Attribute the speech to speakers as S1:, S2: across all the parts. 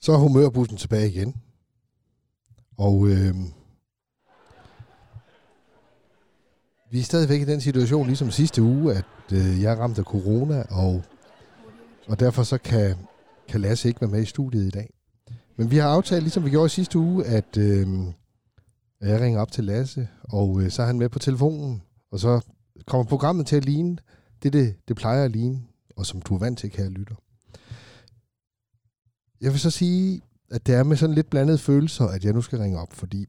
S1: Så er humørbussen tilbage igen. Og øh, vi er stadigvæk i den situation, ligesom sidste uge, at øh, jeg er ramt af corona, og, og derfor så kan, kan Lasse ikke være med i studiet i dag. Men vi har aftalt, ligesom vi gjorde i sidste uge, at øh, at jeg ringer op til Lasse, og øh, så er han med på telefonen, og så kommer programmet til at ligne det, det, det plejer at ligne, og som du er vant til, kære lytter. Jeg vil så sige, at det er med sådan lidt blandede følelser, at jeg nu skal ringe op, fordi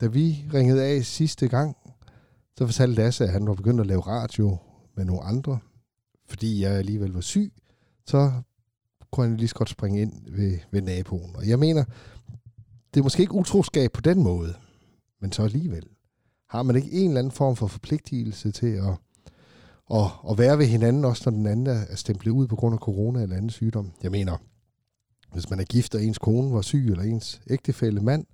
S1: da vi ringede af sidste gang, så fortalte Lasse, at han var begyndt at lave radio med nogle andre. Fordi jeg alligevel var syg, så kunne han lige så godt springe ind ved, ved naboen. Og jeg mener, det er måske ikke utroskab på den måde, men så alligevel. Har man ikke en eller anden form for forpligtelse til at, at, at være ved hinanden, også når den anden er er stemplet ud på grund af corona eller anden sygdom? Jeg mener, hvis man er gift, og ens kone var syg, eller ens ægtefælle mand,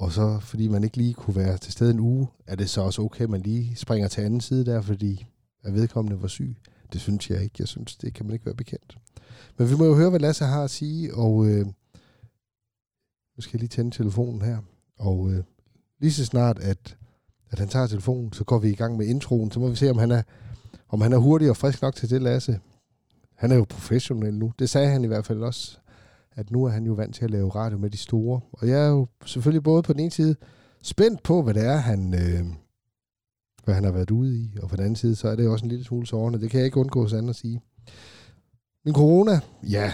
S1: og så fordi man ikke lige kunne være til stede en uge, er det så også okay, at man lige springer til anden side der, fordi at vedkommende var syg. Det synes jeg ikke. Jeg synes, det kan man ikke være bekendt. Men vi må jo høre, hvad Lasse har at sige, og øh, nu skal jeg lige tænde telefonen her. Og øh, lige så snart, at, at han tager telefonen, så går vi i gang med introen. Så må vi se, om han er, om han er hurtig og frisk nok til det, Lasse. Han er jo professionel nu. Det sagde han i hvert fald også, at nu er han jo vant til at lave radio med de store. Og jeg er jo selvfølgelig både på den ene side spændt på, hvad det er, han, øh, hvad han har været ude i, og på den anden side, så er det jo også en lille smule sårende. Det kan jeg ikke undgå sådan at sige. Men corona, ja,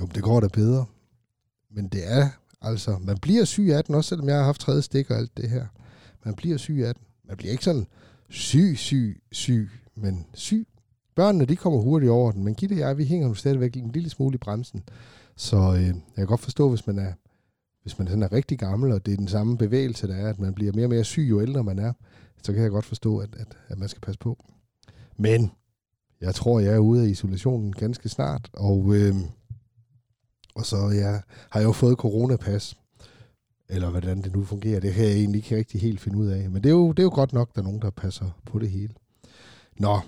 S1: jo, det går da bedre. Men det er altså, man bliver syg af den, også selvom jeg har haft tredje stik og alt det her. Man bliver syg af den. Man bliver ikke sådan syg, syg, syg, men syg. Børnene, de kommer hurtigt over den, men Gitte og jeg, vi hænger nu stadigvæk en lille smule i bremsen. Så øh, jeg kan godt forstå, hvis man er hvis man sådan er rigtig gammel, og det er den samme bevægelse, der er, at man bliver mere og mere syg, jo ældre man er, så kan jeg godt forstå, at, at, at man skal passe på. Men jeg tror, jeg er ude af isolationen ganske snart, og, øh, og så ja, har jeg jo fået coronapas, eller hvordan det nu fungerer, det kan jeg egentlig ikke rigtig helt finde ud af. Men det er jo, det er jo godt nok, der er nogen, der passer på det hele. Nå,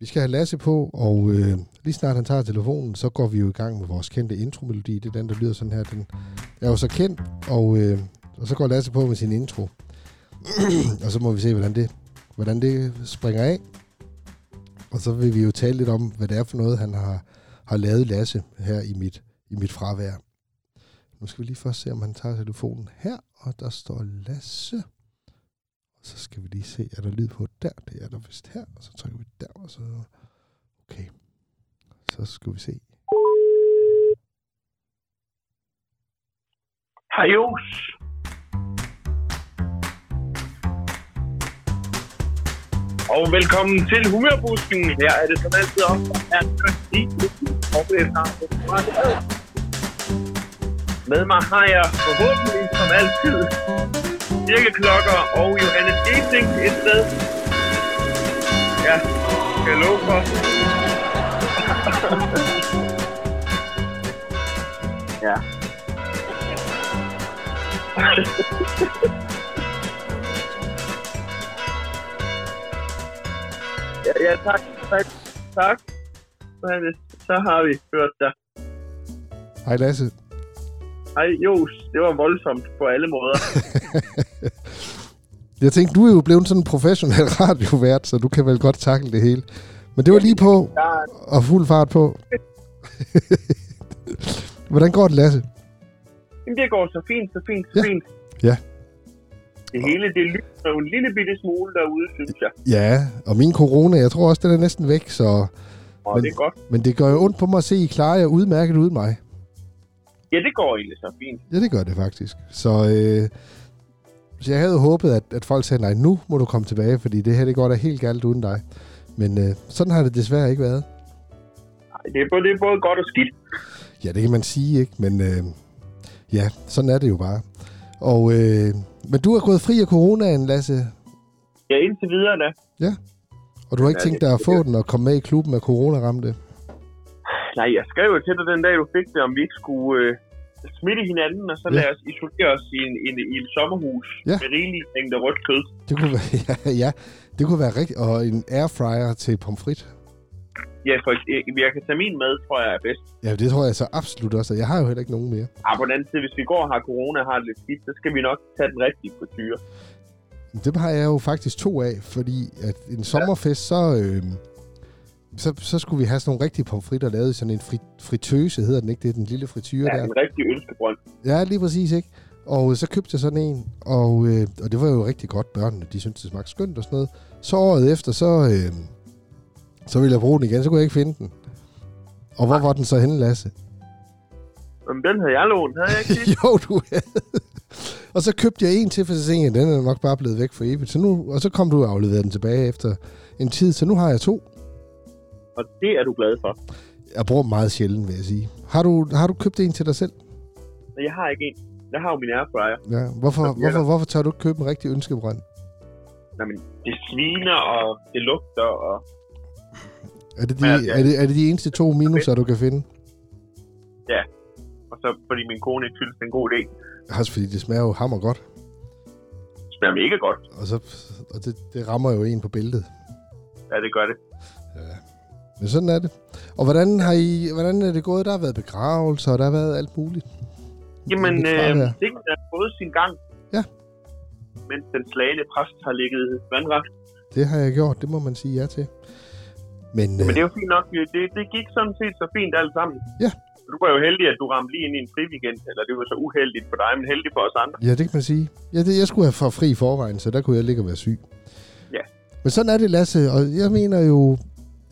S1: vi skal have Lasse på, og øh, lige snart han tager telefonen, så går vi jo i gang med vores kendte intromelodi. Det er den, der lyder sådan her. Den er jo så kendt, og, øh, og så går Lasse på med sin intro. og så må vi se, hvordan det, hvordan det springer af. Og så vil vi jo tale lidt om, hvad det er for noget, han har, har lavet Lasse her i mit, i mit fravær. Nu skal vi lige først se, om han tager telefonen her, og der står Lasse. Og så skal vi lige se, er der lyd på der? Det er der vist her, og så trykker vi der, og så... Okay, så skal vi se.
S2: Hej Jos. Og velkommen til Humørbusken. Her er det som altid op, at Christi Med mig har jeg forhåbentlig som altid kirkeklokker og Johannes Gesing et sted. Ja, skal jeg love for. ja. ja, ja, tak. Tak. tak. Johannes, Så har vi hørt dig.
S1: Hej Lasse.
S2: Hej, Jos. Det var voldsomt på alle måder.
S1: Jeg tænkte, du er jo blevet sådan en professionel radiovært, så du kan vel godt takle det hele. Men det var lige på
S2: Jeg
S1: og fuld fart på. Hvordan går det, Lasse?
S2: Jamen, det går så fint, så fint, så
S1: Ja.
S2: fint.
S1: Ja.
S2: Det hele, det lyser jo en lille bitte smule derude, synes jeg.
S1: Ja, og min corona, jeg tror også, den er næsten væk, så...
S2: Og
S1: Men-
S2: det er godt.
S1: Men det gør jo ondt på mig at se, I klarer jer udmærket uden mig.
S2: Ja, det går egentlig så fint.
S1: Ja, det gør det faktisk. Så, øh, så jeg havde håbet, at, at folk sagde, nej, nu må du komme tilbage, fordi det her, det går da helt galt uden dig. Men øh, sådan har det desværre ikke været.
S2: Ej, Det er, både, det er både godt og skidt.
S1: Ja, det kan man sige, ikke? Men øh, ja, sådan er det jo bare. Og, øh, men du er gået fri af coronaen, Lasse,
S2: Ja, indtil videre da.
S1: og du har ikke
S2: Ja,
S1: tænkt
S2: det-
S1: dig at få den og komme med i klubben af coronaramte.
S2: Nej, jeg skrev jo til dig den dag, du fik det, om vi ikke skulle øh, smitte hinanden, og så
S1: Ja.
S2: ja. lade os isolere os i, en, en, i et sommerhus
S1: Ja.
S2: ja. med rigelig mængde rødt kød.
S1: Det kunne være, ja, ja, det kunne være rigtigt. Og en airfryer til pomfrit.
S2: Ja, for øh, ek- jeg kan tage min med, tror jeg er bedst.
S1: Ja, det tror jeg så absolut også. og Jeg har jo heller ikke nogen mere.
S2: Ah, på den anden side, hvis vi går og har corona og har det lidt skidt, så skal vi nok tage den rigtige frityre.
S1: Men Dem har jeg jo faktisk to af, fordi at en sommerfest, så, øh, så, så skulle vi have sådan nogle rigtige pomfritter lavet i sådan en fri, fritøse, hedder den ikke? Det er den lille frityre
S2: Ja,
S1: der.
S2: den rigtige ønskebrønd.
S1: Ja, lige præcis, ikke? Og øh, så købte jeg sådan en, og, øh, og det var jo rigtig godt. Børnene, de syntes, det smagte skønt og sådan noget. Så året efter, så, øh, så ville jeg bruge den igen, så kunne jeg ikke finde den. Og hvor var den så henne, Lasse?
S2: Men den havde jeg lånt, havde jeg ikke det?
S1: jo, du havde. Og så købte jeg en til, for så tænkte jeg, den er nok bare blevet væk for evigt. Så nu, og så kom du og afleverede den tilbage efter en tid, så nu har jeg to.
S2: Og det er du glad for.
S1: Jeg bruger dem meget sjældent, vil jeg sige. Har du, har du købt en til dig selv?
S2: Men jeg har ikke en. Jeg har jo min airfryer.
S1: Ja. Hvorfor,
S2: Jeg virker.
S1: hvorfor, hvorfor tør du ikke købe en rigtig ønskebrænd?
S2: Jamen, det sviner, og det lugter, og
S1: Er det, de,
S2: Ja, ja.
S1: er, det, er det de eneste to minuser, du kan finde?
S2: og så fordi min kone ikke synes, det er en god idé.
S1: Altså, fordi det smager jo hammer godt,
S2: Det smager mega godt.
S1: og, så, og det, det rammer jo en på bæltet.
S2: Ja, det gør det.
S1: Men sådan er det. Og hvordan, har I, hvordan er det gået? Der har været begravelser, og der har været alt muligt.
S2: Jamen,
S1: Lidt
S2: øh,
S1: fravær.
S2: det er gået sin gang.
S1: Ja.
S2: Mens den slagende præst har ligget vandret.
S1: Det har jeg gjort, det må man sige ja til. Men,
S2: Men
S1: øh,
S2: det er jo fint nok. Det, det gik sådan set så fint alt sammen.
S1: Ja.
S2: Du var jo heldig, at du ramte lige ind i en fri weekend, eller det var så uheldigt for dig, men heldig for os andre.
S1: ja, det kan man sige. Ja, det, jeg skulle have for fri i forvejen, så der kunne jeg ligge og være syg.
S2: Ja.
S1: Men sådan er det, Lasse, og jeg mener jo,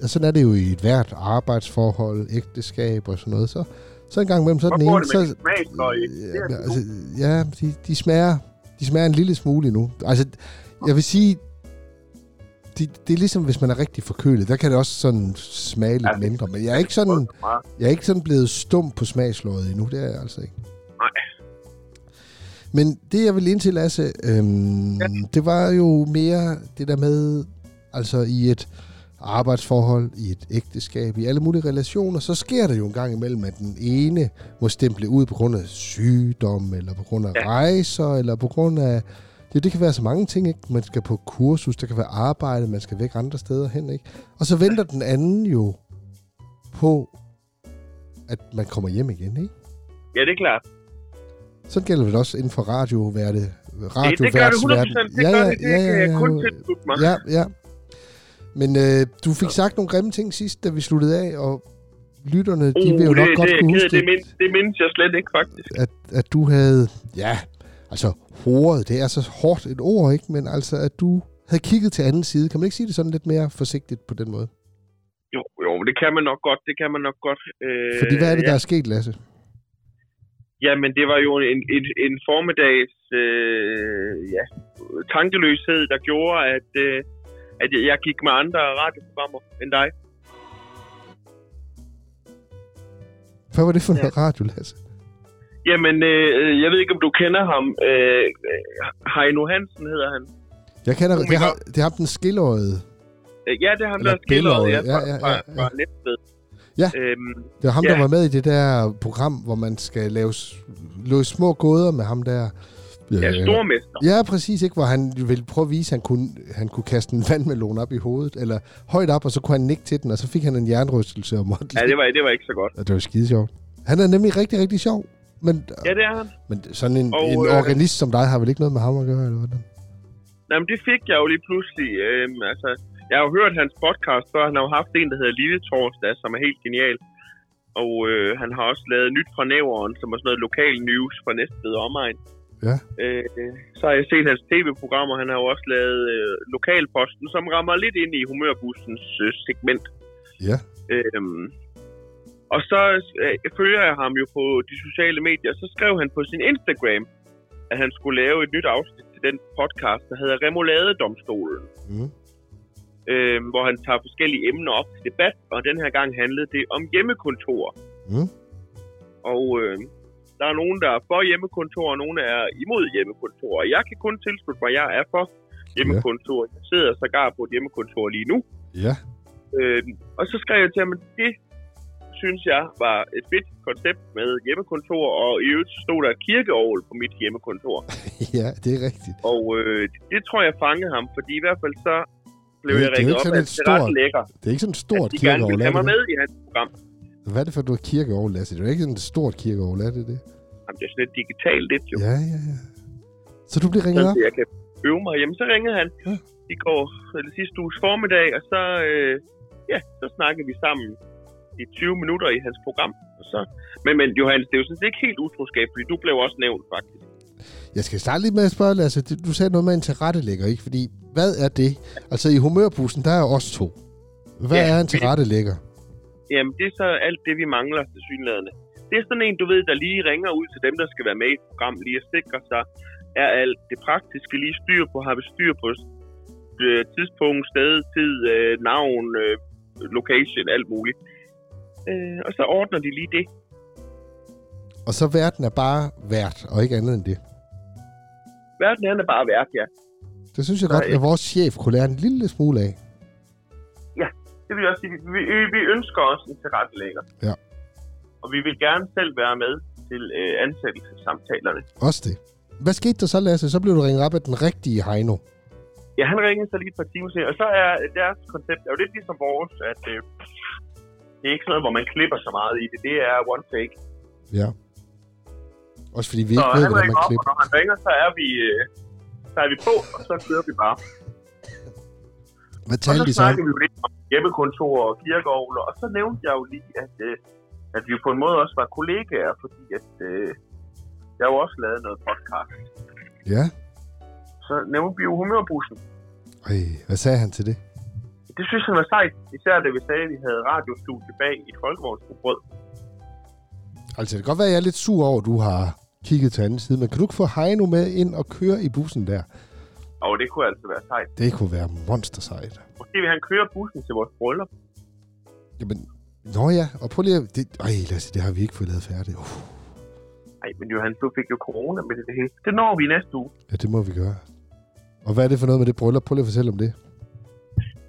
S1: og sådan er det jo i et hvert arbejdsforhold, ægteskab og sådan noget, så, så en gang imellem, så er
S2: Hvor
S1: den
S2: går
S1: ene,
S2: det med
S1: så,
S2: din smagsløg? Det er
S1: Ja,
S2: altså
S1: altså, ja de, de, smager, de smager en lille smule nu. Altså, jeg vil sige, de, det er ligesom, hvis man er rigtig forkølet. Der kan det også sådan smage lidt
S2: Ja, det-
S1: mindre. Men jeg er, ikke sådan,
S2: frygtelig meget.
S1: jeg er ikke sådan blevet stum på smagsløget endnu. Det er jeg altså ikke.
S2: Nej.
S1: Men det, jeg ville ind til, Lasse, øhm, ja. det var jo mere det der med, altså i et arbejdsforhold, i et ægteskab, i alle mulige relationer, så sker der jo en gang imellem, at den ene må stemple ud på grund af sygdom, eller på grund af ja.
S2: Ja.
S1: rejser, eller på grund af... Det, det kan være så mange ting, ikke? Man skal på kursus, der kan være arbejde, man skal væk andre steder hen, ikke? Og så venter den anden jo på, at man kommer hjem igen, ikke?
S2: Ja, det er klart.
S1: Sådan gælder det også inden for radioværte.
S2: Det, det gør det 100
S1: radioværtsverden.
S2: Det gør det. Det kan jeg kun tilslutte mig.
S1: Ja, ja. Men øh, du fik sagt nogle grimme ting sidst, da vi sluttede af, og lytterne, de vil jo
S2: Uh,
S1: nok
S2: det,
S1: godt
S2: det,
S1: kunne
S2: det,
S1: huske,
S2: det,
S1: det,
S2: mind, det mindes jeg slet ikke, faktisk.
S1: at, at du havde, ja, altså horet, det er så hårdt et ord, ikke? Men altså, at du havde kigget til anden side. Kan man ikke sige det sådan lidt mere forsigtigt på den måde?
S2: Jo, jo, det kan man nok godt. Det kan man nok godt. Øh,
S1: Fordi hvad er det,
S2: ja.
S1: der er sket, Lasse?
S2: Jamen, det var jo en, en, en formiddags øh, ja, tankeløshed, der gjorde, at, øh, at jeg- jeg gik med andre radioprogrammer end dig.
S1: Hvad var det for
S2: Ja.
S1: noget radio, Lasse?
S2: Jamen, øh, jeg ved ikke, om du kender ham. Øh, Heino Hansen hedder han.
S1: Jeg kender, det, har,
S2: Komiker.
S1: det har den skilløjede.
S2: Øh, Ja, det er ham,
S1: Eller
S2: der er skildret
S1: Billund,
S2: ja,
S1: ja,
S2: fra,
S1: ja, ja,
S2: fra,
S1: ja.
S2: fra Næstved.
S1: Ja.
S2: Øhm,
S1: Det var ham, ja.
S2: Ja.
S1: der var med i det der program, hvor man skal lave s- løse små gåder med ham der. Øh,
S2: ja, stormester.
S1: ja, præcis, ikke? Hvor han ville prøve at vise, at han kunne, han kunne kaste en vandmelon op i hovedet, eller højt op, og så kunne han nikke til den, og så fik han en jernrystelse og måtte
S2: Ja, det var, det var ikke så godt.
S1: Og det var skide sjovt. Han er nemlig rigtig, rigtig sjov. Men,
S2: Ja,
S1: ja.
S2: det er han.
S1: men sådan en,
S2: Og,
S1: og, en
S2: øh,
S1: organist som dig har vel ikke noget med ham at gøre, eller hvordan?
S2: Jamen, det fik jeg jo lige pludselig. Øhm, altså, jeg har jo hørt hans podcast før. Han har jo haft en, der hedder Lille Torsdag, som er helt genial. Og øh, han har også lavet Nyt fra Næveren, som er sådan noget lokal news fra Næstved og omegn.
S1: Ja.
S2: Øh, så har jeg set hans tv-programmer. Han har jo også lavet øh, Lokalposten, som rammer lidt ind i humørbussens øh, segment.
S1: Ja.
S2: Øhm, og så øh, følger jeg ham jo på de sociale medier. Så skrev han på sin Instagram, at han skulle lave et nyt afsnit til den podcast, der hedder Remouladedomstolen,
S1: Mm.
S2: øh, hvor han tager forskellige emner op til debat, og den her gang handlede det om hjemmekontor.
S1: Mm.
S2: Og øh, der er nogen, der er for hjemmekontor, og nogen er imod hjemmekontor. Og jeg kan kun tilslutte mig, at jeg er for hjemmekontor. Jeg sidder sågar på et hjemmekontor lige nu.
S1: Ja.
S2: Øh, og så skrev jeg til ham, at det synes jeg var et fedt koncept med hjemmekontor, og i øvrigt så stod der et kirkeovl på mit hjemmekontor.
S1: ja, det er rigtigt.
S2: Og øh, det tror jeg fangede ham, fordi i hvert fald så blev
S1: Det er-
S2: jeg
S1: det er
S2: ringet
S1: ikke
S2: op
S1: sådan
S2: af
S1: et
S2: en
S1: stort-
S2: lækker,
S1: Det er ikke sådan et
S2: at
S1: stort
S2: de gerne
S1: kirkeovl,
S2: ville
S1: er
S2: have mig
S1: det
S2: med
S1: det?
S2: i hans program.
S1: Hvad er det for noget kirkeovl, Lasse? Det er jo ikke sådan et stort kirkeovl, er det det?
S2: Jamen, det er sådan lidt digitalt lidt, jo.
S1: Ja, ja, ja. Så du bliver ringet
S2: så
S1: op?
S2: jeg kan øve mig. Jamen, så ringede han
S1: Ja.
S2: i går, eller sidste uges formiddag, og så, øh, ja, så snakkede vi sammen i 20 minutter i hans program. Og så, men, men Johannes, det er jo sådan set ikke helt utroskab, fordi du blev også nævnt, faktisk.
S1: Jeg skal starte lige med at spørge, Lasse. Du du sagde noget med en tilrettelægger, ikke? Fordi, hvad er det? Altså, i humørbussen, der er os to. Hvad
S2: Ja,
S1: ja, er en
S2: vi-
S1: tilrettelægger?
S2: Jamen, det er så alt det, vi mangler til synlædende. Det er sådan en, du ved, der lige ringer ud til dem, der skal være med i et program, lige at sikre sig, er alt det praktiske lige styr på, har vi styr på øh, tidspunkt, sted, tid, øh, navn, øh, location, alt muligt. Øh, og så ordner de lige det.
S1: Og så verden er bare vært, og ikke andet end det.
S2: Verden han er bare vært, ja.
S1: Det synes jeg godt,
S2: Nej.
S1: at vores chef kunne lære en lille smule af.
S2: Det vil jeg også sige, vi, vi- vi ønsker os en tilrettelægger.
S1: Ja.
S2: Og vi vil gerne selv være med til øh, ansættelsessamtalerne.
S1: Også det. Hvad skete der så, Lasse? Så blev du ringet op af den rigtige Heino.
S2: Ja, han ringede så lige et par timer til, og så er deres koncept er jo lidt ligesom vores, at øh, det er ikke sådan noget, hvor man klipper så meget i det. Det er one take.
S1: Ja. Også fordi vi
S2: Så
S1: ikke ved,
S2: han
S1: hvordan
S2: ringer
S1: man
S2: op, og
S1: klipper.
S2: når han ringer, så er vi, øh, så er vi på, og så kører vi bare.
S1: Hvad
S2: Og så
S1: talte de så om?
S2: snakkede vi jo lidt om hjemmekontor og kirkeovler, og så nævnte jeg jo lige, at, øh, at vi jo på en måde også var kollegaer, fordi at, øh, jeg jo også lavede noget podcast.
S1: Ja.
S2: Så nævnte vi jo humørbussen.
S1: Ej, hvad sagde han til det?
S2: Det synes han var sejt, især da vi sagde, at vi havde radiostudie bag i et folkevognsbrød.
S1: Altså, det kan godt være, at jeg er lidt sur over, at du har kigget til anden side, men kan du ikke få Heino med ind og køre i bussen der?
S2: Og det kunne altså være sejt.
S1: Det kunne være monster sejt.
S2: Måske vil han køre bussen til vores bryllup.
S1: Jamen, nå ja, og prøv lige at... Det, ej, Lasse, det har vi ikke fået lavet færdigt. Uh, Uff,
S2: Nej, men Johan, du fik jo corona med det hele. Det når vi i næste uge.
S1: ja, det må vi gøre. Og hvad er det for noget med det bryllup? Prøv lige at fortælle om det.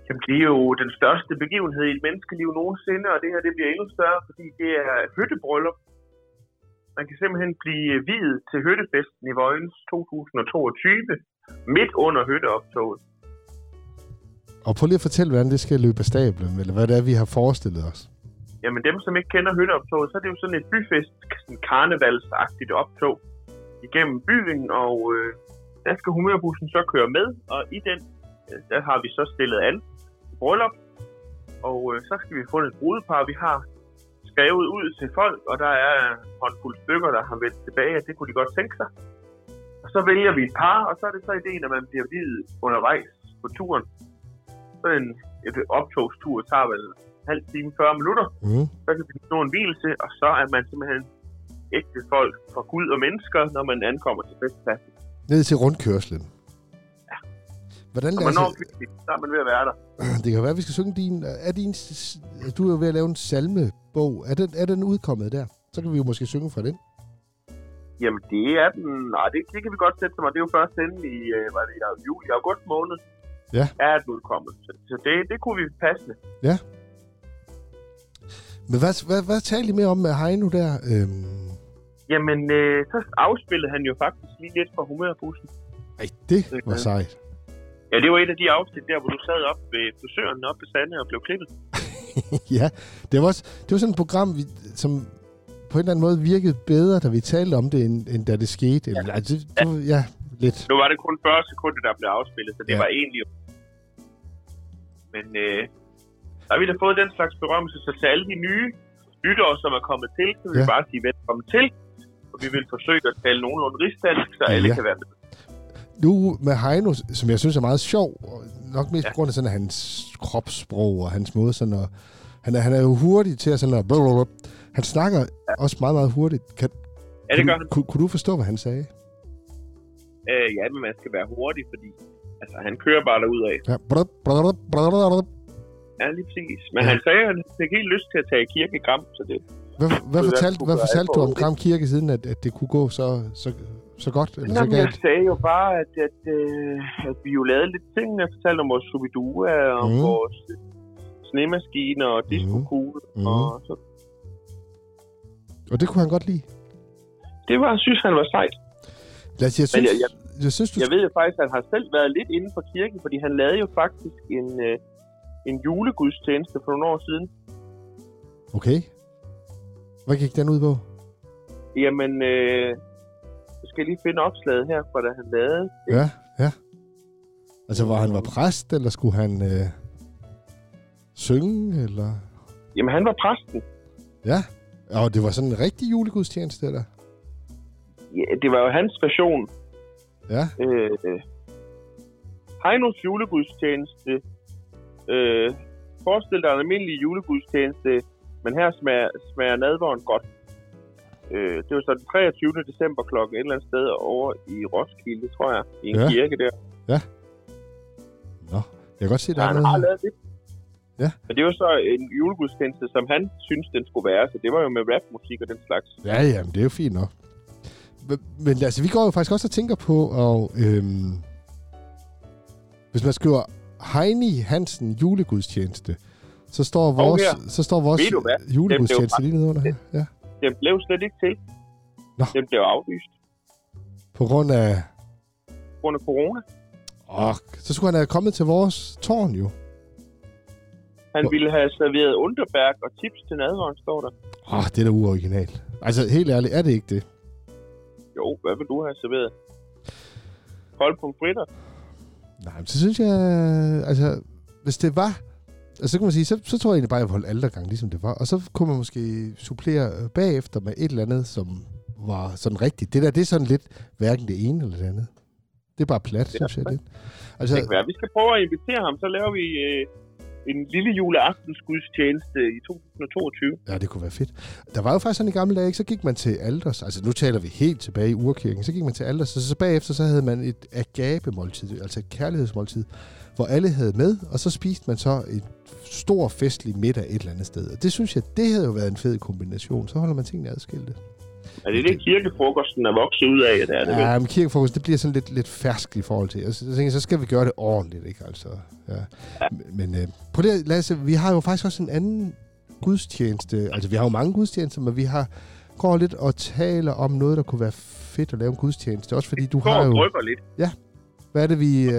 S2: Jamen, det er jo den største begivenhed i et menneskeliv nogensinde, og det her det bliver endnu større, fordi det er et hyttebryllup. Man kan simpelthen blive videt til hyttefesten i Vojens 2022, midt under hytteoptoget.
S1: Og prøv lige at fortælle, hvordan det skal løbe af stablen, eller hvad det er, vi har forestillet os.
S2: Jamen dem, som ikke kender hytteoptoget, så er det jo sådan et byfest, sådan karnevalsagtigt optog igennem byen, og øh, der skal humørbussen så køre med, og i den, øh, der har vi så stillet an til bryllup, og øh, så skal vi have fundet et brudepar, vi har skrevet ud til folk, og der er en håndfuld stykker, der har vendt tilbage, at det kunne de godt tænke sig. Og så vælger vi et par, og så er det så ideen, at man bliver videt undervejs på turen. Så en et optogstur tager vel en halv time, 40 minutter,
S1: Mm.
S2: så kan vi nå en hvilelse, og så er man simpelthen ægte folk fra Gud og mennesker, når man ankommer til festpladsen.
S1: Ned til rundkørslen. Hvordan,
S2: Når man når
S1: Lasse,
S2: kvinden, så er man ved at være der.
S1: det kan være, at vi skal synge din... Er din s- du er jo ved at lave en salmebog. Er den, er den udkommet der? Så kan vi jo måske synge fra den.
S2: Jamen, det er den... Nej, det, det kan vi godt sætte mig. Det er jo først inde i, øh, hvad er det, i juli, august måned.
S1: Ja.
S2: Er den udkommet. Så, så det, det kunne vi passe.
S1: Men hvad, hvad, hvad talte I mere om med Heino der? Øhm,
S2: Jamen, øh, så afspillede han jo faktisk lige lidt fra humørbussen.
S1: ej, det var sejt.
S2: Ja, det var et af de afsnit der, hvor du sad op ved frisøren op ved Sande og blev klippet.
S1: ja, det var, også, det var sådan et program, vi, som på en eller anden måde virkede bedre, da vi talte om det, end, end da det skete. Eller, altså, det, det, var- ja, lidt.
S2: Nu var det kun 40 sekunder, der blev afspillet, så det
S1: Ja.
S2: ja. var egentlig... Men øh, der har vi da fået den slags berømmelse, så til alle de nye lyttere, som er kommet til, så vil vi
S1: Ja.
S2: bare sige velkommen til. Og vi vil forsøge at tale nogenlunde rigsdansk, så
S1: Ja,
S2: alle
S1: ja.
S2: kan være med.
S1: Nu med Heino, som jeg synes er meget sjov, og nok mest ja. på grund af sådan hans kropssprog og hans måde sådan at... Han er, han er jo hurtig til at sådan at... blablabla. Han snakker også meget, meget hurtigt. Kan,
S2: Ja, det
S1: kan,
S2: gør
S1: du-
S2: han.
S1: kunne, kunne du forstå, hvad han sagde?
S2: Øh, ja, men man skal være hurtig, fordi altså, han kører bare derudad.
S1: Ja, brad, brad, brad, brad, brad.
S2: Ja, lige præcis. Men
S1: Ja.
S2: ja. han sagde, at han fik helt lyst til at tage kirkegram, så det...
S1: Hvad, hvad,
S2: Det er
S1: fortalte,
S2: sgu
S1: hvad
S2: bare
S1: fortalte du om
S2: alkohol.
S1: Kram Kirke, siden at, at det kunne gå så, så, så godt? Eller så
S2: Jamen, jeg
S1: galt?
S2: sagde jo bare, at, at, øh, at vi jo lavede lidt ting. Jeg fortalte om vores subidua, om
S1: Mm.
S2: mm. vores snemaskiner og diskokugle.
S1: Mm.
S2: Mm. Og så,
S1: Og det kunne han godt lide.
S2: det var, synes han var sejt.
S1: Lad os, jeg synes,
S2: jeg-
S1: jeg,
S2: jeg-
S1: jeg... Jeg synes, du...
S2: Jeg ved jo faktisk, at han har selv været lidt inden for kirken, fordi han lavede jo faktisk en, øh, en julegudstjeneste for nogle år siden.
S1: Okay. Hvad gik den ud på?
S2: Jamen, øh, jeg skal lige finde opslaget her, fra da han lavede. det.
S1: Ja, ja. Altså, var han var præst, eller skulle han øh, synge, eller...
S2: Jamen, han var præsten.
S1: Ja. Og det var sådan en rigtig julegudstjeneste, eller?
S2: Ja, det var jo hans version.
S1: Ja.
S2: Øh, øh, Heinos julegudstjeneste. Øh, forestil dig en almindelig julegudstjeneste, men her smager, smager nadvåren godt. Øh, det var så den 23. december klokken et eller andet sted over i Roskilde, tror jeg, i en
S1: Ja.
S2: ja. kirke der.
S1: Nå, jeg kan godt se, der
S2: Ja,
S1: er
S2: han har
S1: noget...
S2: lavet det.
S1: Ja.
S2: Men det var så en julegudstjeneste, som han synes, den skulle være. Så det var jo med rapmusik og den slags.
S1: Ja, ja, men det er jo fint nok. Men- Men altså, vi går jo faktisk også og tænker på, og øhm, hvis man skriver Heini Hansen julegudstjeneste, så står vores,
S2: her.
S1: så står vores
S2: Ved du hvad?
S1: julegudstjeneste lige nedenunder her. Ja.
S2: Den blev slet ikke til.
S1: Nå.
S2: Den blev aflyst
S1: På grund af...
S2: på grund af corona.
S1: Åh, så skulle han have kommet til vores tårn jo.
S2: Han
S1: Hvor-
S2: ville have serveret Underberg og tips til nadvåren, står der.
S1: Åh, det er da uoriginalt. Altså, helt ærligt, er det ikke det?
S2: Jo, hvad vil du have serveret? Kold pomfritter.
S1: Nej, men så synes jeg... Altså, hvis det var... Altså, så kan man sige, så, så tror jeg egentlig bare, at jeg vil holde aldergang, ligesom det var. Og så kunne man måske supplere øh, bagefter med et eller andet, som var sådan rigtigt. Det der, det er sådan lidt hverken det ene eller det andet. Det er bare plat,
S2: er
S1: synes jeg
S2: plat.
S1: lidt.
S2: Det
S1: Altså,
S2: kan være, vi skal prøve at invitere ham. Så laver vi øh, en lille juleaftensgudstjeneste i 2022.
S1: ja, det kunne være fedt. Der var jo faktisk sådan i gamle dage, ikke? så gik man til alders. Altså, nu taler vi helt tilbage i urkirken. Så gik man til alders, og så bagefter, så havde man et agape-måltid, altså et kærlighedsmåltid, hvor alle havde med, og så spiste man så et stor festlig middag et eller andet sted. Og det synes jeg, det havde jo været en fed kombination. Så holder man tingene adskilte.
S2: Er det det, kirkefrokosten er vokset ud af? Det er det vel?
S1: Ja, men kirkefokus, det bliver sådan lidt, lidt fersk i forhold til. Og så, så tænker jeg, så skal vi gøre det ordentligt, ikke? Altså, ja. Men øh, prøv lige, at- Lasse, vi har jo faktisk også en anden gudstjeneste. Altså, vi har jo mange gudstjenester, men vi har går lidt og taler om noget, der kunne være fedt at lave en gudstjeneste. Også fordi du
S2: Går
S1: har
S2: og
S1: jo...
S2: brygger lidt.
S1: Hvad er det, vi øh,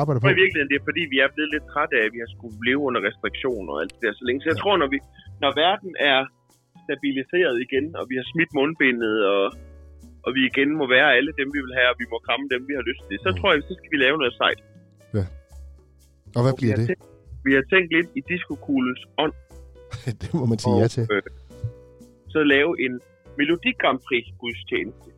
S1: arbejder på?
S2: tror i virkeligheden, det er fordi, vi er blevet lidt trætte af, at vi har skulle leve under restriktioner og alt det der så længe. Så jeg tror, når, vi, når verden er stabiliseret igen, og vi har smidt mundbindet, og, og vi igen må være alle dem, vi vil have, og vi må kramme dem, vi har lyst til, så
S1: Mm.
S2: tror jeg, så skal vi lave noget sejt.
S1: Og hvad
S2: vi,
S1: bliver
S2: har
S1: det?
S2: Tænkt, vi har tænkt lidt i diskokuglens ånd,
S1: det må man sige ja til.
S2: øh, så lave en Melodi Grand Prix gudstjeneste.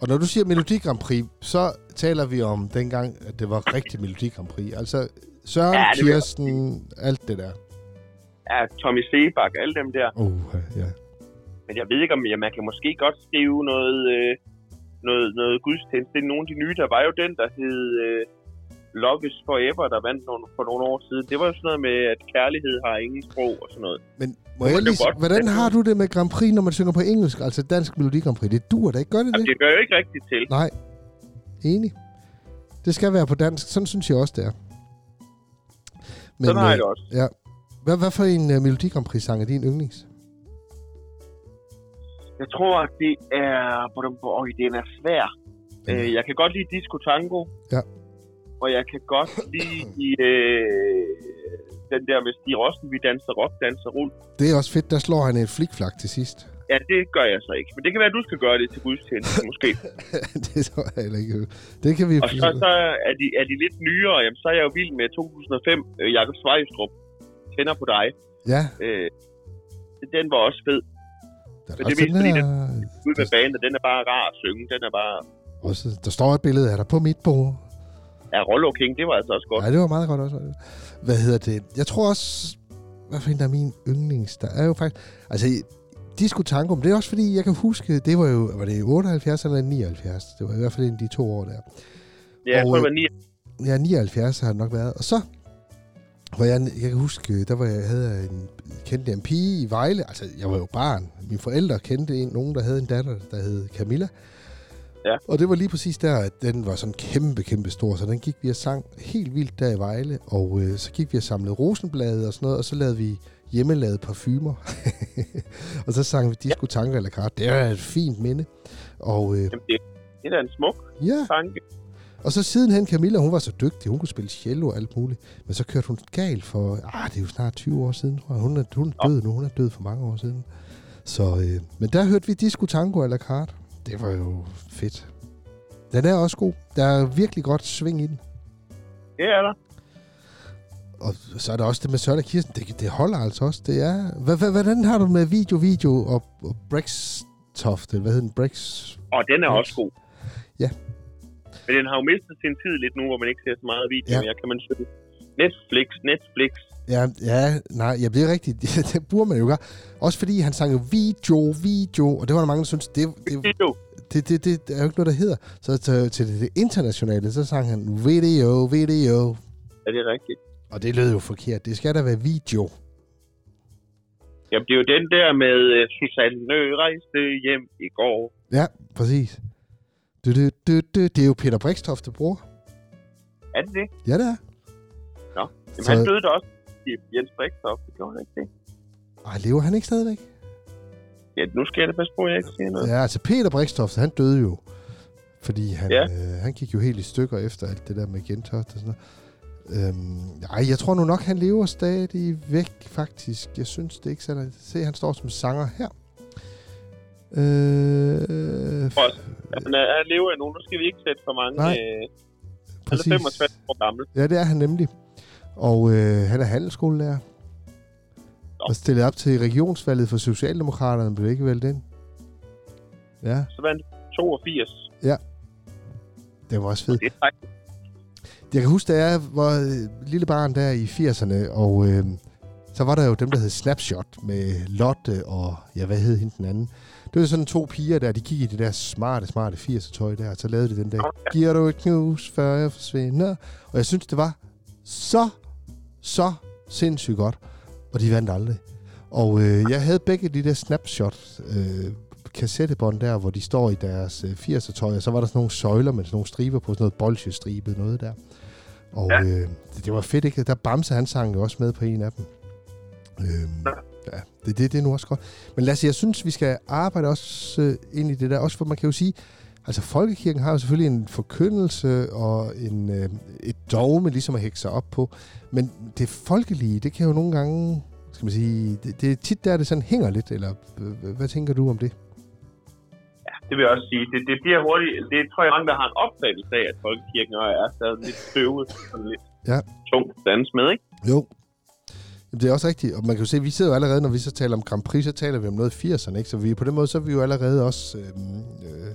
S1: Og når du siger Melodi Grand Prix, så taler vi om dengang, at det var rigtig Melodi Grand Prix. Altså Søren,
S2: Ja,
S1: ja,
S2: det vil jeg godt
S1: Kirsten, alt det der.
S2: Ja, Tommy Sebak, alle dem der.
S1: Oh, ja.
S2: Men jeg ved ikke, om ja, man kan måske godt skrive noget, øh, noget, noget gudstjeneste. Det er nogle af de nye. Der var jo den, der hed øh, Love is Forever, der vandt nogle, for nogle år siden. Det var jo sådan noget med, at kærlighed har ingen sprog og sådan noget.
S1: Men må
S2: Må
S1: jeg
S2: man
S1: lige,
S2: jo godt
S1: hvordan
S2: sætte
S1: har
S2: nogle-
S1: du det med Grand Prix, når man synger på engelsk? Altså dansk Melodi Grand Prix. Det dur da ikke, gør det
S2: Jamen,
S1: det?
S2: det gør jo ikke rigtigt til.
S1: Nej. Enig. Det skal være på dansk. Sådan synes jeg også, det er. Men,
S2: Sådan har jeg
S1: øh,
S2: det også.
S1: Ja. Hvad, hvad for en uh, Melodi Grand Prix-sang er din yndlings?
S2: Jeg tror, at det er... Øj, den er svær. Øh, jeg kan godt lide disco tango.
S1: Ja.
S2: Og jeg kan godt lide øh, den der med Stig Rossen, vi danser rock, danser rull.
S1: Det er også fedt. Der slår han en flikflak til sidst.
S2: Ja, det gør jeg så ikke. Men det kan være, at du skal gøre det til gudstjeneste, måske.
S1: det tror jeg heller ikke. Det kan vi...
S2: Og så, så er, de, er de lidt nyere, jamen, så er jeg jo vild med 2005, øh, Jakob Svejstrup, Tænder på dig.
S1: Ja,
S2: Øh, den var også fed.
S1: der,
S2: det
S1: er
S2: er
S1: også den
S2: mest fordi,
S1: her,
S2: Ude med banen, den er bare rar at synge. Den er bare...
S1: også, der står et billede af dig på mit bord.
S2: Ja, Rollo King, det var altså også godt.
S1: Nej, det var meget godt også. Hvad hedder det? Jeg tror også... Hvad fanden er min yndlings? Der er jo faktisk... Altså, Disco Tango, men det er også fordi, jeg kan huske, det var jo, var det i 78 eller 79? Det var i hvert fald en af de to år der.
S2: Ja, jeg
S1: og,
S2: tror, det var 9.
S1: Ja, 79 har det nok været. Og så hvor jeg, jeg kan huske, øh, der var jeg, havde jeg en, kendte jeg en pige i Vejle. Altså, jeg var jo barn. Mine forældre kendte en, nogen, der havde en datter, der hed Camilla.
S2: Ja.
S1: Og det var lige præcis der, at den var sådan kæmpe, kæmpe stor. Så den gik vi og sang helt vildt der i Vejle. Og øh, så gik vi og samlede rosenblade og sådan noget, og så lavede vi hjemmelavede parfumer. og så sang vi Disco Tango eller Kart. Det var et fint minde. Og øh,
S2: Jamen, det, det er da en smuk
S1: Ja,
S2: tanke.
S1: og så sidenhen Camilla, hun var så dygtig, hun kunne spille cello og alt muligt. Men så kørte hun galt for, ah, det er jo snart 20 år siden, tror jeg. Hun er, hun er død nu, hun er død for mange år siden. Så, øh, men der hørte vi Disco Tango à la carte. Det var jo fedt. Den er også god. Der er virkelig godt sving i den.
S2: Det er der.
S1: Og så er der også det med Søren og Kirsten. Det, det holder altså også. Det er... Hva- hva- Hvordan har du det med video, video og, og Brextoft? Hvad hedder den? Brex...
S2: Og den er
S1: Yes.
S2: også god.
S1: Ja.
S2: Men den har jo mistet sin tid lidt nu, hvor man ikke ser så meget video.
S1: Ja.
S2: Ja. Jeg kan man søge Netflix, Netflix.
S1: Ja, ja, nej, ja, det er rigtigt. Det, det burde man jo gøre. Også fordi han sang jo video, video, og det var der mange, der syntes, det, det,
S2: Video.
S1: det, det, det, det er jo ikke noget, der hedder. Så til, til det, det internationale, så sang han video, video.
S2: Er det rigtigt?
S1: Og det lød jo forkert. Det skal da være video.
S2: Jamen, det er jo den der med øh, Susanne rejste hjem i går.
S1: Ja, præcis. Du, du, du, du. Det er jo Peter Brikstoft, der bruger.
S2: Er det det?
S1: Ja, det er.
S2: Jamen,
S1: Så-
S2: han døde da også i Jens Brikstoff. Det gjorde han ikke det.
S1: Ej, lever han ikke stadigvæk?
S2: Ja, nu skal jeg da passe på, at jeg ikke siger noget.
S1: Ja, altså Peter Brikstoft, han døde jo. Fordi han,
S2: Ja.
S1: ja. øh, han gik jo helt i stykker efter alt det der med Gentofte og sådan noget. Øhm, ej, jeg tror nu nok, han lever stadig væk, faktisk. Jeg synes det er ikke sådan. Se, han står som sanger her. Øh, f-
S2: Også. Men øh, han lever endnu. Nu skal vi ikke sætte for mange.
S1: Nej,
S2: øh, han er
S1: præcis.
S2: 65 år gammel.
S1: Ja, det er han nemlig. Og øh, han er handelsskolelærer. Og stillet op til regionsvalget for Socialdemokraterne, blev ikke valgt ind. Ja,
S2: Så vandt han 82.
S1: det var også fedt.
S2: Det er faktisk
S1: Jeg kan huske, da jeg var øh, lille barn der i 80'erne, og øh, så var der jo dem, der hed Snapshot med Lotte og, ja, hvad hed hende den anden? Det var sådan to piger der, de gik i det der smarte, smarte 80'er tøj der, og så lavede de den der, giver du et knus, før jeg forsvinder? Og jeg synes, det var så, så sindssygt godt, og de vandt aldrig. Og øh, jeg havde begge de der Snapshot øh, kassettebånd der, hvor de står i deres øh, 80'er tøj, og så var der sådan nogle søjler med sådan nogle striber på, sådan noget bolsjestribet noget der. Og ja.
S2: Ja.
S1: øh, det, det var fedt, ikke? Der Bamse, han sang jo også med på en af dem. Øhm, ja, det, det, det er nu også godt. Men Lasse, jeg synes, vi skal arbejde også øh, ind i det der, også for man kan jo sige, altså folkekirken har jo selvfølgelig en forkyndelse og en, øh, et dogme ligesom at hække sig op på, men det folkelige, det kan jo nogle gange, skal man sige, det, det er tit der, det sådan hænger lidt, eller øh, hvad tænker du om det?
S2: Det vil jeg også sige. Det, det bliver hurtigt. Det tror jeg, mange, der har en opfattelse af, at folkekirken er stadig lidt støvet. Sådan lidt
S1: Ja.
S2: tungt at danse med, ikke?
S1: Jo. Jamen, det er også rigtigt, og man kan jo se, vi sidder jo allerede, når vi så taler om Grand Prix, så taler vi om noget i 80'erne, ikke? Så vi, på den måde, så er vi jo allerede også øh, øh,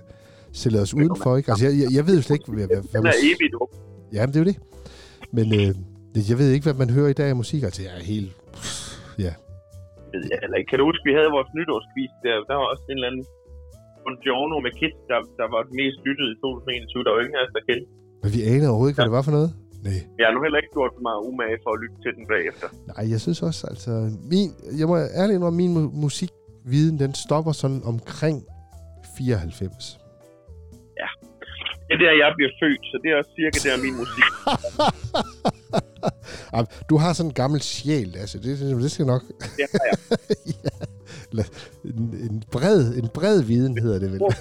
S1: stillet os udenfor, ikke? Altså, jeg, jeg, jeg ved jo slet ikke, hvad, hvad, hvad
S2: Den
S1: man...
S2: er evigt ung.
S1: Ja, men det er jo det. Men øh, jeg ved ikke, hvad man hører i dag af musik. Altså, jeg er helt...
S2: Det ved jeg heller ikke. Kan du huske, vi havde vores nytårskvist der? Der var også en eller anden Buongiorno med Kids, der, der var den mest lyttede i 2021. Der var ingen af os, der kendte.
S1: Men vi aner overhovedet ikke, hvad det var for noget. Nej.
S2: Jeg har nu heller ikke gjort mig umage for at lytte til den bagefter.
S1: Nej, jeg synes også, altså... Min, jeg må ærligt indrømme, min mu- musikviden, den stopper sådan omkring 94.
S2: Det er der, jeg bliver født, så det er også cirka der, min musik.
S1: Ej, Du har sådan en gammel sjæl, Lasse. Det, det, det skal nok...
S2: Det har jeg.
S1: En, en, bred, en bred viden hedder det vel.
S2: tror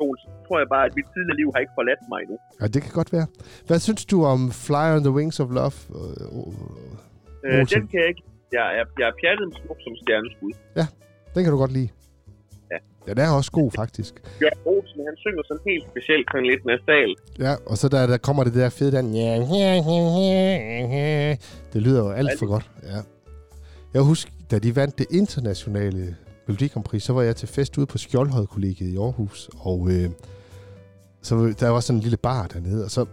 S2: på. Så tror jeg bare, at mit tidligere liv har ikke forladt mig endnu.
S1: Ja, det kan godt være. Hvad synes du om Fly on the Wings of Love? Øh, øh,
S2: Øh,
S1: Olsen.
S2: den kan jeg ikke. Jeg er, jeg er pjattet med smuk som stjerneskud.
S1: Den kan du godt lide.
S2: Ja.
S1: Den er også god, faktisk.
S2: Jørgen Olsen, han synger sådan helt specielt, sådan lidt nasal.
S1: Ja, og så der, der kommer det der fede der... Det lyder jo alt for godt. Ja. Jeg husker, da de vandt det internationale Melodi Grand Prix, så var jeg til fest ude på Skjoldhøj kollegiet i Aarhus, og øh, så der var sådan en lille bar dernede, og så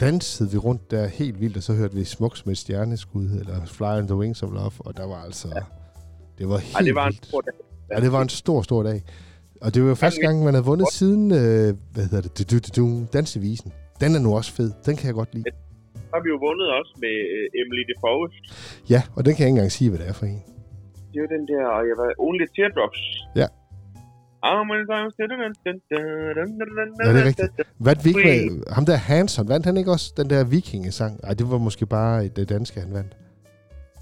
S1: dansede vi rundt der helt vildt, og så hørte vi Smuks med et stjerneskud, eller Fly on the Wings of Love, og der var altså... Det var helt
S2: Ej, det var en
S1: vildt.
S2: stor dag.
S1: Ja, det var en stor, stor dag. Og det var jo første gang, man havde vundet siden, øh, hvad hedder det, du, du, du, Dansevisen. Den er nu også fed. Den kan jeg godt lide.
S2: Så har vi jo vundet også med øh, Emily de Forest.
S1: Ja, og den kan jeg ikke engang sige, hvad det er for en.
S2: Det er jo den der, og jeg var Only Teardrops.
S1: Ja.
S2: Ah, men så-
S1: Ja, det er rigtigt. Vandt vi ikke med, ham der Hanson, vandt han ikke også den der vikingesang? Nej, det var måske bare det danske, han vandt.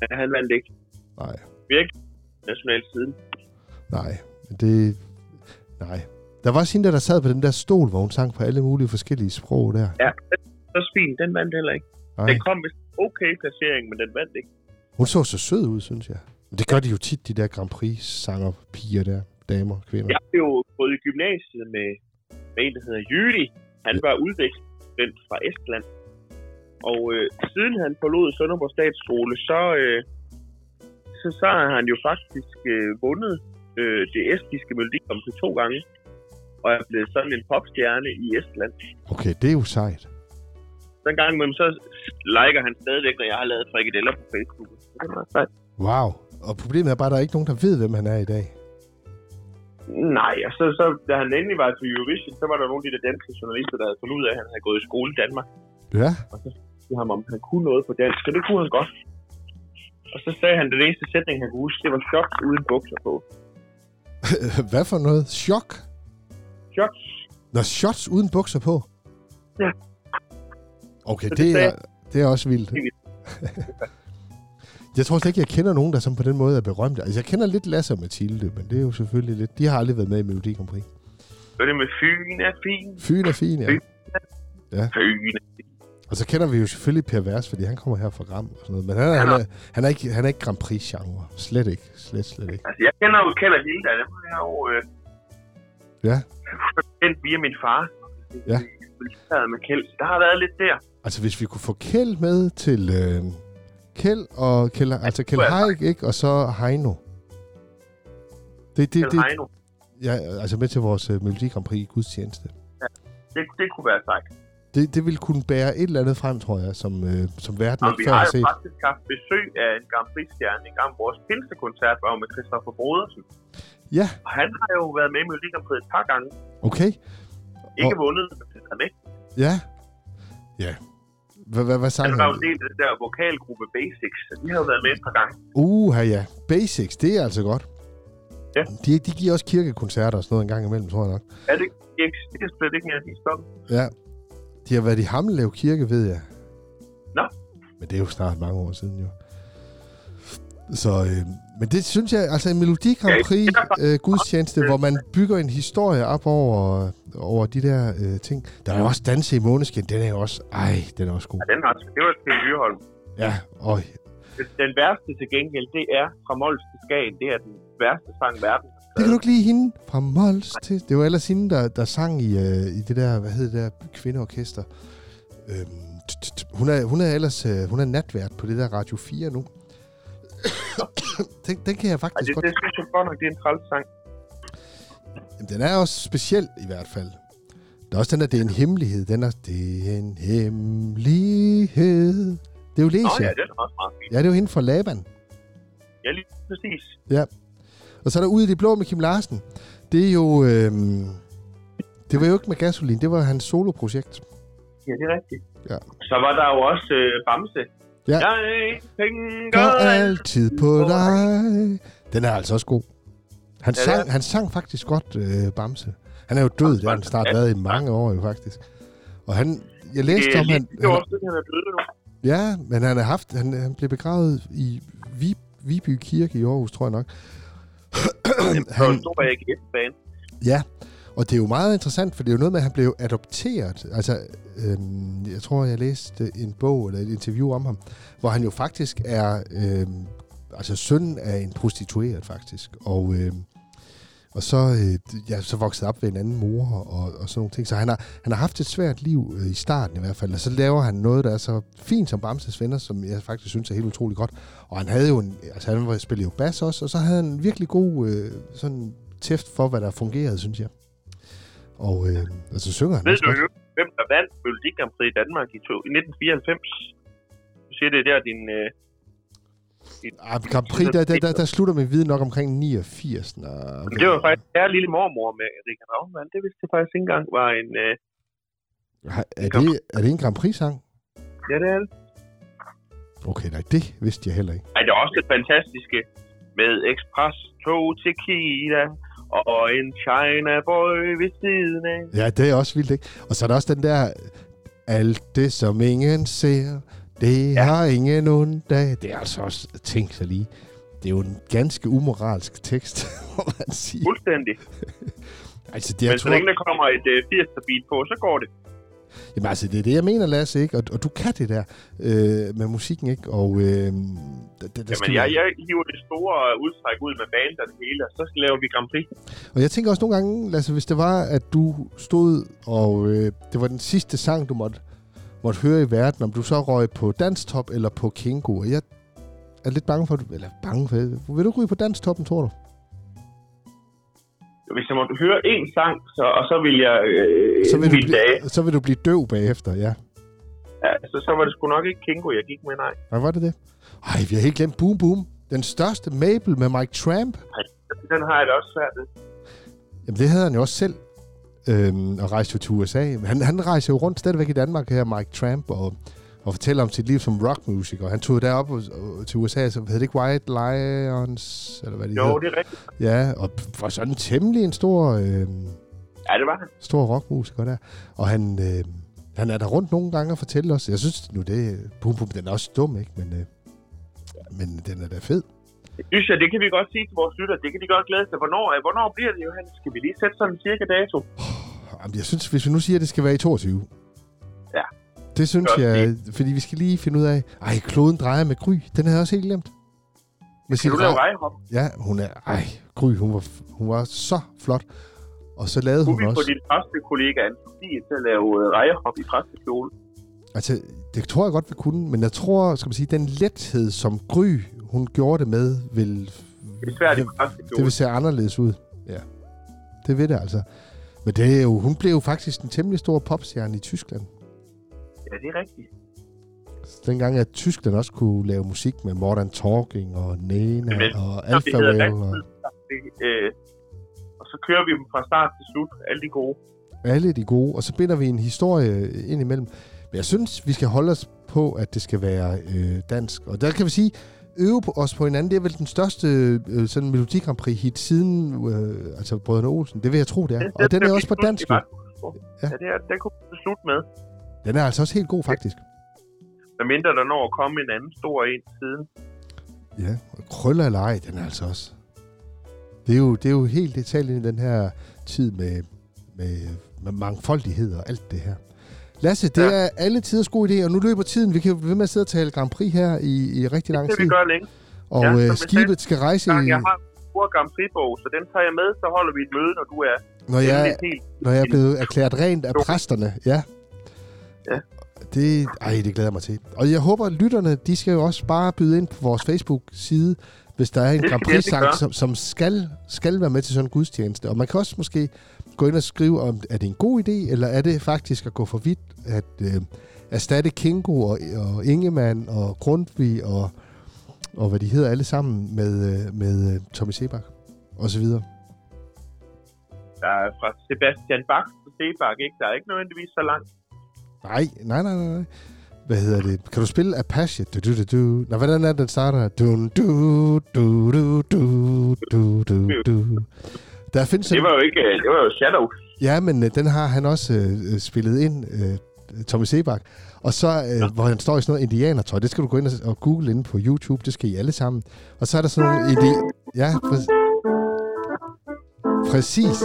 S2: Men Han vandt ikke
S1: Nej,
S2: nationalt siden.
S1: nej. Men Det, nej. Der var også hende, der, der sad på den der stol, hvor hun sang på alle mulige forskellige sprog der.
S2: Ja, så fint. Den vandt heller ikke.
S1: Ej,
S2: Den kom med okay placering, men den vandt ikke.
S1: hun så så sød ud, synes jeg. Men det gør de jo tit, de der Grand Prix-sanger, piger der, damer, kvinder.
S2: Jeg blev jo gået i gymnasiet med, med en, der hedder Jyli. Han var udvekslingsstudent fra Estland. Og øh, siden han forlod Sønderborg Statsskole, så, øh, så, så har han jo faktisk øh, vundet øh, det estiske Melodi Grand Prix to gange. Og er blevet sådan en popstjerne i Estland.
S1: Okay, det er jo sejt.
S2: Så en gang imellem, så liker han stadigvæk, når jeg har lavet frikadeller på Facebook. Det er meget sejt.
S1: Wow. Og problemet er bare, at der er ikke nogen, der ved, hvem han er i dag.
S2: Nej, og så, så, da han endelig var til Eurovision, så var der nogle af de der danske journalister, der havde fundet ud af, at han havde gået i skole i Danmark.
S1: Ja,
S2: til ham, om han kunne noget på dansk, og det kunne han godt. Og så sagde han, at den eneste sætning, han kunne huske, det var shots uden bukser på.
S1: hvad for noget? Chok?
S2: Shots?
S1: Når shots uden bukser på?
S2: Ja.
S1: Okay,
S2: Så det
S1: det
S2: sagde
S1: er, det er også vildt.
S2: Det er
S1: jeg tror slet ikke, jeg kender nogen, der som på den måde er berømte. Altså, jeg kender lidt Lasse og Mathilde, men det er jo selvfølgelig lidt... De har aldrig været med i Melodi Grand Prix.
S2: Det var det med Fyn er fin,
S1: Fyn er fin, ja.
S2: Fyn. Fyn er
S1: Og så kender vi jo selvfølgelig Per Vers, fordi han kommer her fra Gram og sådan noget. Men han er, han er, han er, ikke, han er ikke Grand Prix-genre. Slet ikke. Slet, slet ikke.
S2: Altså, jeg kender jo Kjell og Hilda, det var jeg jo øh,
S1: Ja.
S2: kendt via min far.
S1: Ja.
S2: Jeg med Kjeld. Der har været lidt der.
S1: Altså, hvis vi kunne få Kjeld med til... Øh, Kjeld og Kjeld, altså Kjeld
S2: Ja.
S1: Haik, ikke? Og så Heino. Det, det,
S2: Kjeld
S1: det,
S2: Heino.
S1: ja, altså med til vores øh, Melodi Grand Prix gudstjeneste.
S2: Det, det kunne være sejt.
S1: Det, det vil kunne bære et eller andet frem, tror jeg, som, øh, som verden
S2: Og
S1: ikke
S2: vi
S1: før
S2: har
S1: har
S2: jo
S1: set.
S2: faktisk haft besøg af en Grand Prix-stjerne en gang. Vores pinsekoncert var jo med Christoffer Brodersen.
S1: Ja,
S2: Og han har jo været med i Melodi Grand Prix et par gange.
S1: okay.
S2: Ikke vundet, men han ikke.
S1: Ja. Ja. Hvad, hvad, hvad sang
S2: Han var jo
S1: han?
S2: en del af den Altså, der vokalgruppe Basics, så de har jo været med et par gange.
S1: Uha, ja. Basics, det er altså godt.
S2: Ja.
S1: De, de giver også kirkekoncerter og sådan noget en gang imellem, tror jeg nok.
S2: Er det ikke? Det er slet ikke mere, de stopper.
S1: Ja. De har været i Hammelev Kirke, ved jeg.
S2: Nå.
S1: Men det er jo snart mange år siden, jo. Så, øh, men det synes jeg, altså en Melodi Grand Prix øh, gudstjeneste, hvor man bygger en historie op over, over de der øh, ting. Der er jo også Danse i Måneskin, den er jo også, ej, den er også god.
S2: Ja, den har Det var til Lyholm.
S1: Ja, og
S2: Den- Den værste til gengæld, det er fra Mols til Skagen. Det er den værste sang i verden.
S1: Det kan du ikke lide hende fra Mols til... Det var ellers hende, der, der sang i, øh, i det der, hvad hed det der, kvindeorkester. Øhm, t- t- t- hun, er, hun er ellers øh, hun er natvært på det der Radio 4 nu. den, den kan jeg
S2: Ej,
S1: faktisk
S2: det,
S1: godt...
S2: Altså, det, synes jeg godt nok, det er en træls sang.
S1: Jamen, Den er også speciel i hvert fald. Der er også den der, det er en hemmelighed. Den er, det er en hemmelighed. Det er jo
S2: Nå
S1: Lesia.
S2: ja,
S1: Ja,
S2: den er også meget fin.
S1: det er jo hende fra Laban.
S2: Ja, lige præcis.
S1: Og så er der Ude i det blå med Kim Larsen. Det er jo... Øhm, det var jo ikke med gasolin, det var hans soloprojekt.
S2: Ja, det er rigtigt.
S1: Ja.
S2: Så var der jo også øh, Bamse.
S1: Ja.
S2: Jeg tænker...
S1: tænker
S2: alt.
S1: altid på dig. Den er altså også god. Han,
S2: Ja, det er
S1: sang, han sang faktisk godt, øh, Bamse. Han er jo død, det har han snart været i mange år jo faktisk. Og han, jeg
S2: Det
S1: læste
S2: er
S1: om, han,
S2: lige det
S1: han
S2: år siden, han er død nu.
S1: ja, men han, har haft, han, han blev begravet i Vi, Viby Kirke i Aarhus, tror jeg nok.
S2: Han var
S1: han,
S2: en stor AGF-fan.
S1: Ja, og det er jo meget interessant, for det er jo noget med, at han blev adopteret. Altså, øhm, jeg tror, jeg læste en bog eller et interview om ham, hvor han jo faktisk er øhm, altså søn af en prostitueret, faktisk. Og, øhm, og så, øh, ja, så voksede op ved en anden mor og, og sådan nogle ting. Så han har, han har haft et svært liv øh, i starten i hvert fald, og så laver han noget, der er så fint som Bamses venner, som jeg faktisk synes er helt utroligt godt. Og han havde jo en, altså han var- spillede jo bas også, og så havde han en virkelig god øh, sådan tæft for, hvad der fungerede, synes jeg. Og øh, altså synger han
S2: Ved
S1: også
S2: du
S1: godt.
S2: jo, hvem der vandt Melodi Grand Prix i Danmark i, to, i 1994? Du siger, det er der, din... Øh,
S1: Ah, Grand Prix, der, der, der, der slutter min viden nok omkring Ah, 89. Nå,
S2: okay. Det var faktisk her lille mormor med Richard Ravnvand. Det vidste jeg faktisk ikke engang var en... Øh,
S1: Har- Er det, er det en Grand Prix-sang?
S2: ja, det er det.
S1: Okay, nej, det vidste jeg heller ikke.
S2: Ej, det er også det fantastiske med Express tog til Kina og en China Boy ved siden af.
S1: Ja, det er også vildt, ikke? Og så er der også den der, alt det, som ingen ser, det ja. har ingen ondt af. Det er altså også, tænk sig lige. Det er jo en ganske umoralsk tekst, må man sige.
S2: Fuldstændig.
S1: Altså, det,
S2: Men
S1: jeg
S2: så
S1: tror,
S2: længe der kommer et øh, 80 beat på, så går det.
S1: jamen, altså, det er det, jeg mener, Lasse, ikke? Og, og du kan det der øh, med musikken, ikke? Og øh, der, der, der
S2: Jamen, jeg, jeg hiver det store udtræk ud med banen og det hele, og så laver vi Grand Prix.
S1: Og jeg tænker også nogle gange, Lasse, hvis det var, at du stod, og øh, det var den sidste sang, du måtte, måtte høre i verden, om du så røg på Danstop eller på Kingo. Og jeg er lidt bange for, at du- eller bange for, vil du ryge på Danstoppen, tror du?
S2: Hvis jeg måtte høre én sang, så, og så ville jeg øh,
S1: Så vil, du
S2: mine dage,
S1: blive, så vil du blive døv bagefter, ja.
S2: ja, altså, så, så var det sgu nok ikke Kingo, jeg gik med, nej.
S1: Hvad var det det? Ej, vi har helt glemt Boom Boom. Den største Mabel med Mike Tramp.
S2: Den har jeg da også svært ved.
S1: Jamen, det havde han jo også selv. Øhm, og rejste jo til USA. Men Han, han rejser jo rundt stadigvæk i Danmark her, Mike Tramp, og, og fortæller om sit liv som rockmusiker. Han tog derop og, og, til USA, så hed det ikke White Lions, eller hvad det
S2: Jo,
S1: hed?
S2: det er rigtigt.
S1: Ja, og var sådan temmelig en stor, øh,
S2: Ja, det var han.
S1: stor rockmusiker der. Og han, øh, han er der rundt nogle gange og fortæller os. Jeg synes nu, det Boom Boom, den er også dum, ikke? Men, øh, men den er da fed.
S2: Det synes jeg, det kan vi godt sige til vores lytter. Det kan de godt glæde sig. Hvornår, øh, hvornår bliver det, Johan? Skal vi lige sætte sådan en cirka dato?
S1: Jamen, jeg synes, hvis vi nu siger, at det skal være i 22.
S2: Ja.
S1: Det synes
S2: Godt,
S1: jeg, fordi vi skal lige finde ud af... Ej, kloden drejer med Gry. Den havde jeg også helt glemt. Med
S2: Skal
S1: sin
S2: du lave
S1: rej-
S2: rejhop?
S1: Ja, hun er... Ej, Gry, hun var, hun var så flot. Og så lavede
S2: Kunne
S1: hun
S2: vi få
S1: også...
S2: din første kollega, Anne-Sophie, til at lave øh, rejhop i præstekjole?
S1: Altså, det tror jeg godt, vi kunne, men jeg tror, skal man sige, den lethed, som Gry, hun gjorde det med, vil...
S2: Det er svært i
S1: vil, det
S2: præstekjole.
S1: vil se anderledes ud. Ja. Det ved det altså. Men det er jo, hun blev jo faktisk en temmelig stor popstjerne i Tyskland.
S2: Ja, det er rigtigt.
S1: Dengang, at Tyskland også kunne lave musik med Modern Talking og Nena
S2: Men-
S1: og
S2: Som det
S1: Alpha
S2: hedder
S1: Whale.
S2: dansk
S1: Og
S2: Det, øh, og så kører vi dem fra start til slut, alle de gode.
S1: alle de gode. Og så binder vi en historie ind imellem. Men jeg synes, vi skal holde os på, at det skal være øh, dansk. Og der kan vi sige, øve på os på hinanden. Det er vel den største øh, sådan Melodi Grand Prix hit siden øh, altså Brødrene Olsen. Det vil jeg tro, det er. Og den er også på dansk. jo. Ja.
S2: Ja, det er, den kunne vi slutte med.
S1: Den er altså også helt god, faktisk.
S2: Men mindre der når at komme en anden stor en siden.
S1: Ja, og krøller eller ej, den er altså også. Det er jo, det er jo helt detaljen i den her tid med, med, med mangfoldighed og alt det her. Lasse, det
S2: Ja.
S1: ja. er alle tiders god idé, og nu løber tiden. Vi kan jo blive ved med at sidde og tale Grand Prix her i, i rigtig lang
S2: Det kan
S1: tid.
S2: vi gøre længe.
S1: Og
S2: Ja, som
S1: ja,
S2: jeg
S1: øh, skibet skal rejse, i,
S2: Gang, jeg har en stor Grand Prix-bog, så den tager jeg med, så holder vi et møde, når du er
S1: når,
S2: ja.
S1: jeg,
S2: helt.
S1: når jeg er blevet erklæret rent af præsterne. Ja.
S2: Ja.
S1: Det, ej, det glæder jeg mig til. Og jeg håber, at lytterne, de skal jo også bare byde ind på vores Facebook-side, hvis der er en
S2: Det
S1: Grand
S2: skal de endelig
S1: Prix-sang,
S2: gøre.
S1: som, som skal, skal være med til sådan en gudstjeneste. Og man kan også måske gå ind og skrive, om er det en god idé, eller er det faktisk at gå for vidt, at øh, erstatte Kingo og, og Ingemann og Grundtvig og, og hvad de hedder alle sammen med, øh, med øh, Tommy Sebak og så videre.
S2: Der er fra Sebastian Bach til Sebak, ikke? Der er ikke nødvendigvis så langt.
S1: Nej, nej, nej, nej. nej. Hvad hedder det? Kan du spille Apache? Du, du, du, du. Nå, hvordan er det, den starter? Du, du, du, du, du, du, du, du. Der findes
S2: Det
S1: en...
S2: var jo ikke... øh, Det var jo Shadows.
S1: Ja, men øh, den har han også øh, øh, spillet ind, øh, Tommy Sebak. Og så, øh, hvor han står i sådan noget indianertøj. Det skal du gå ind og, og google inde på YouTube. Det skal I alle sammen. Og så er der sådan nogle... Indi- ja, præ- præcis.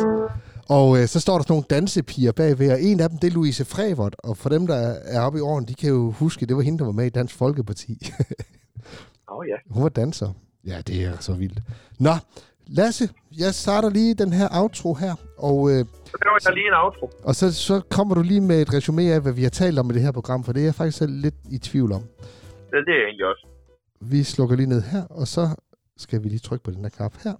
S1: Og øh, så står der sådan nogle dansepiger bagved, og en af dem, det er Louise Frevert. Og for dem, der er oppe i åren, de kan jo huske, det var hende, der var med i Dansk Folkeparti.
S2: Åh oh, ja.
S1: Hun var danser. Ja, det er så vildt. Nå, Lasse, jeg starter lige den her outro her, og... Øh,
S2: Så laver jeg lige en outro.
S1: og så, så kommer du lige med et resume af, hvad vi har talt om i det her program, for det er jeg faktisk selv lidt i tvivl om.
S2: Ja, det er jeg egentlig også.
S1: Vi slukker lige ned her, og så skal vi lige trykke på den her knap her.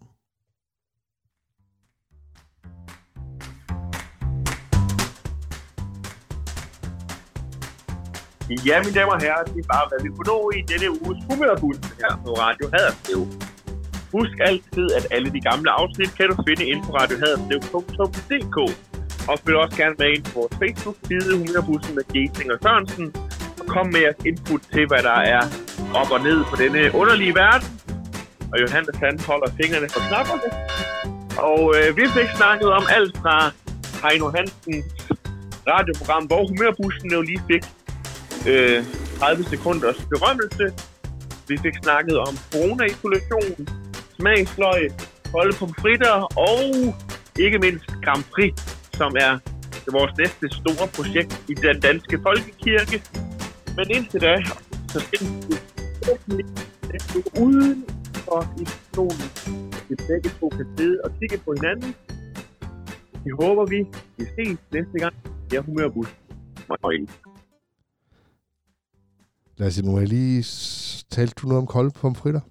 S2: Ja, mine damer og herrer, det er bare, hvad vi kunne nå i denne uges humørbus her på Radio Haderslev. Husk altid, at alle de gamle afsnit kan du finde inde på radiohaderslev.dk og følg også gerne med ind på vores Facebook-side Humørbussen med Gesing og Sørensen og kom med jeres input til, hvad der er op og ned på denne underlige verden. Og Johannes han holder fingrene på knapperne. Og øh, vi fik snakket om alt fra Heino Hansens radioprogram, hvor humørbussen jo lige fik øh, 30 sekunders berømmelse. Vi fik snakket om corona-isolation, smagsløg, holde på fritter og ikke mindst Grand Prix, som er vores næste store projekt i den danske folkekirke. Men indtil da, så findes vi forhåbentlig næste uge uden for isolationen. at Vi begge to kan sidde og kigge på hinanden. Det håber vi. Vi ses næste gang. Jeg er humørbus. Moin.
S1: Lad os se, nu har jeg lige... s- Talte du noget om kolde pomfritter?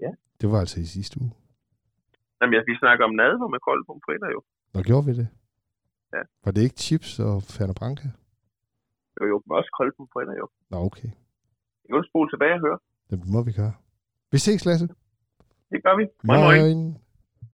S2: Ja.
S1: Det var altså i sidste uge.
S2: Jamen, jeg skal snakke om nadver med kolde pomfritter jo.
S1: Nå, gjorde vi det?
S2: Ja.
S1: Var det ikke chips og Ferner Branca?
S2: Jo, jo, men også kolde pomfritter jo.
S1: Nå, okay.
S2: Jeg kan jo spole tilbage og høre.
S1: Det må vi gøre. Vi ses, Lasse.
S2: Det gør vi. Moin, moin.
S1: Moin.